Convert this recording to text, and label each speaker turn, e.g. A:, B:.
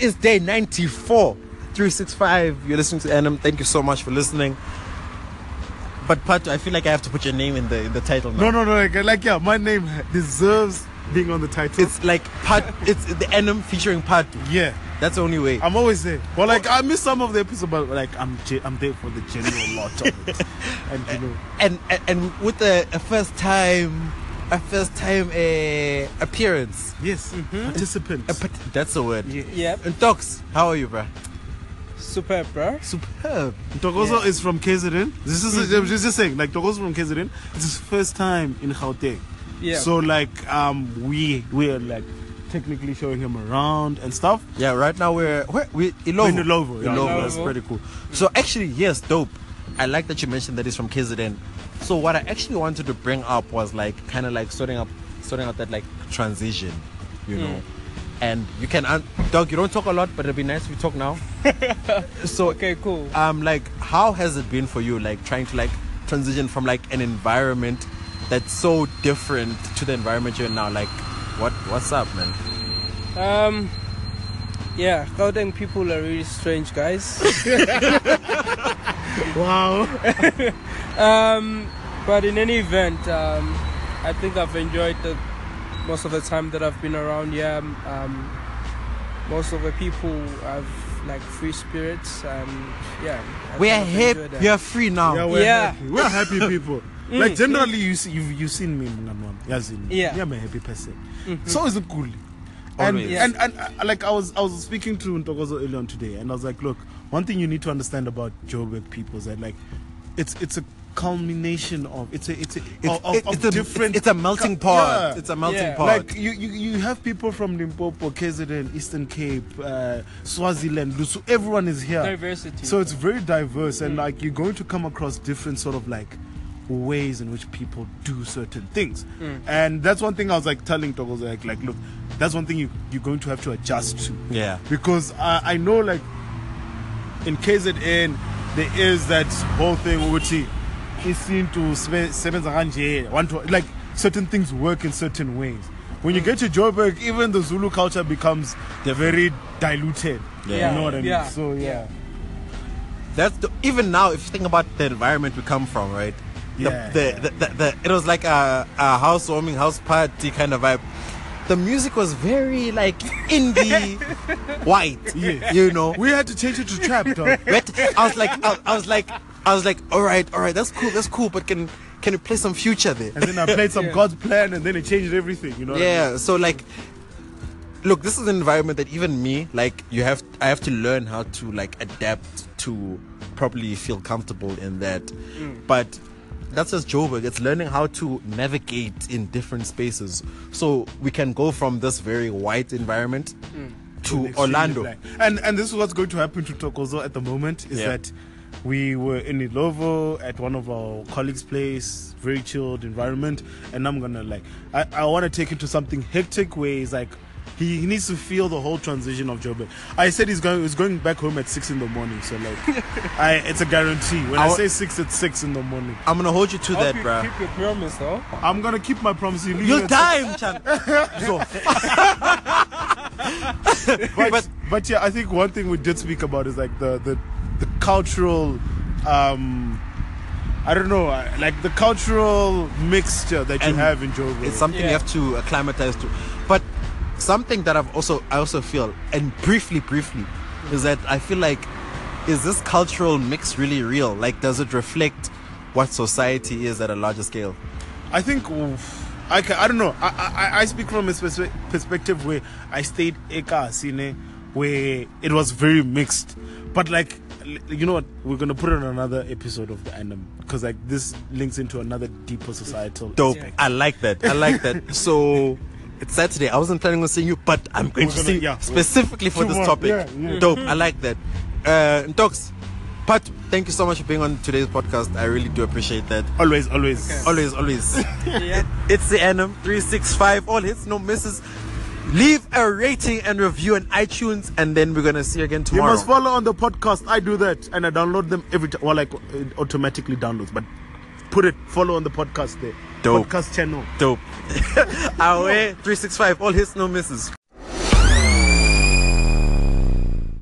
A: is day 94. 365. You're listening to Anum. Thank you so much for listening. But Pato, I feel like I have to put your name in the, the title now.
B: No, no, no. Like, like, yeah, my name deserves being on the title.
A: It's like part. It's the Anum featuring Pato.
B: yeah.
A: That's the only way.
B: I'm always there. Well, like I miss some of the episodes, but like I'm ge- I'm there for the general lot of it. And you know,
A: and and, and with a, a first time, a first time uh, appearance.
B: yes, participants.
A: A pat- that's the word.
B: Yeah.
C: Yep.
A: And Docs, how are you, bruh?
C: Superb, bro.
A: Superb.
B: Togozo is from KZN. This is I was just saying, like Togozo from KZN. It's his first time in Gauteng.
C: Yeah.
B: So like um we we're like technically showing him around and stuff.
A: Yeah, right now we're where we Ilovo.
B: in Ilovo, yeah.
A: Ilovo, that's
C: Ilovo.
A: pretty cool. So actually, yes, dope. I like that you mentioned that he's from KZN. So what I actually wanted to bring up was like kind of like sorting up, sorting out that like transition, you know. And you can, un- dog. You don't talk a lot, but it'd be nice if you talk now. so
C: Okay, cool.
A: um like how has it been for you like trying to like transition from like an environment that's so different to the environment you're in now like what what's up man
C: Um, yeah, Gauteng people are really strange guys.
B: Wow.
C: um, but in any event, um, I think I've enjoyed the most of the time that I've been around here. Um, most of the people have like free spirits, and yeah, I
A: we
C: think
A: are
C: I've
A: hip
C: enjoyed
A: we
C: that.
A: are free now
B: Yeah, we're
C: Yeah.
B: happy. We're happy people.
A: Mm,
B: like generally, you see, you've you've seen me, Namam.
C: Yeah.
B: I'm a happy person. So is it cool. And,
A: Mm-hmm. Always.
B: and and uh, like I was I was speaking to Ntokozo earlier on today, and I was like, look, one thing you need to understand about Joburg people is that like, it's it's a culmination of it's a it's a
A: it's,
B: of,
A: it-
B: of
A: it's a
B: different.
A: it's a melting pot
B: Yeah.
A: it's a melting
C: Yeah.
A: pot
B: Like you, you, you have people from Limpopo, KZN, Eastern Cape, uh, Swaziland, Lusu. Everyone is here.
C: diversity.
B: So it's very diverse, and like you're going to come across different sort of like ways in which people do certain things. And that's one thing I was like telling Toggles like, like look, that's one thing you you're going to have to adjust to.
A: yeah
B: Because I, I know like in KZN there is that whole thing which is seen to seven want to like certain things work in certain ways. When you get to Joburg, even the Zulu culture becomes very diluted.
A: Yeah.
B: You know what I mean?
C: Yeah.
B: So yeah.
A: that's the, even now if you think about the environment we come from right the,
B: Yeah.
A: the, the, the, the- it was like a, a housewarming house party kind of vibe the music was very like indie white
B: Yeah.
A: you know
B: We had to change it to trap, dog.
A: Right? I was like, I, I was like, I was like, all right, all right, that's cool, that's cool, but can can you play some future there?
B: And then I played some
C: Yeah.
B: God's plan, and then it changed everything. You know? what I mean?
A: Yeah. So like, look, this is an environment that even me, like, you have, I have to learn how to like adapt to properly feel comfortable in that.
C: Mm.
A: But that's just Joburg. It's learning how to navigate in different spaces, so we can go from this very white environment
C: Mm.
A: to
B: Extremely
A: Orlando.
B: black. And and this is what's going to happen to Tokozo at the moment is
A: Yeah.
B: that we were in Ilovo at one of our colleagues' place, very chilled environment, and I'm gonna like I, I want to take it to something hectic where he's like. He, he needs to feel the whole transition of Joburg. I said he's going he's going back home at six in the morning, so like, I it's a guarantee. When I,
A: I wa-
B: say six, it's six in the morning.
A: I'm gonna hold you to
C: Hope
A: that,
C: you
A: bruh.
C: keep your promise, though.
B: I'm gonna keep my promise. You leave
A: You'll
B: at
A: die, Mchan. So,
B: but,
A: But-
B: but yeah, I think one thing we did speak about is like the the, the cultural um I don't know, I- like the cultural mixture that you
A: And
B: have in Joburg.
A: it's something you
C: Yeah.
A: have to acclimatize to but something that i've also i also feel and briefly briefly is that i feel like is this cultural mix really real like does it reflect what society is at a larger scale
B: I think oof, I ca I don't know. I, I I speak from a spec- perspective where I stayed Ekasine, where it was very mixed. But like, l- you know what? We're gonna put on another episode of the anime because like this links into another deeper societal.
A: dope
C: Yeah.
A: i like that i like that so it's saturday i wasn't planning on seeing you but i'm going
B: We're
A: to
B: gonna-
A: see you
B: yeah, we're-
A: specifically for this
B: Tomorrow,
A: topic
B: yeah, yeah.
A: dope i like that uh docs pat thank you so much for being on today's podcast i really do appreciate that
B: Always, always.
A: always always
C: Yeah.
A: It's the Annum 365. All hits, no misses. Leave a rating and review on iTunes, and then we're gonna see you again
B: You
A: tomorrow.
B: must follow on the podcast. I do that and I download them every time. Well, like it automatically downloads, but put it follow on the podcast there.
A: Dope.
B: Podcast channel.
A: Dope. Awe 365. All hits, no misses.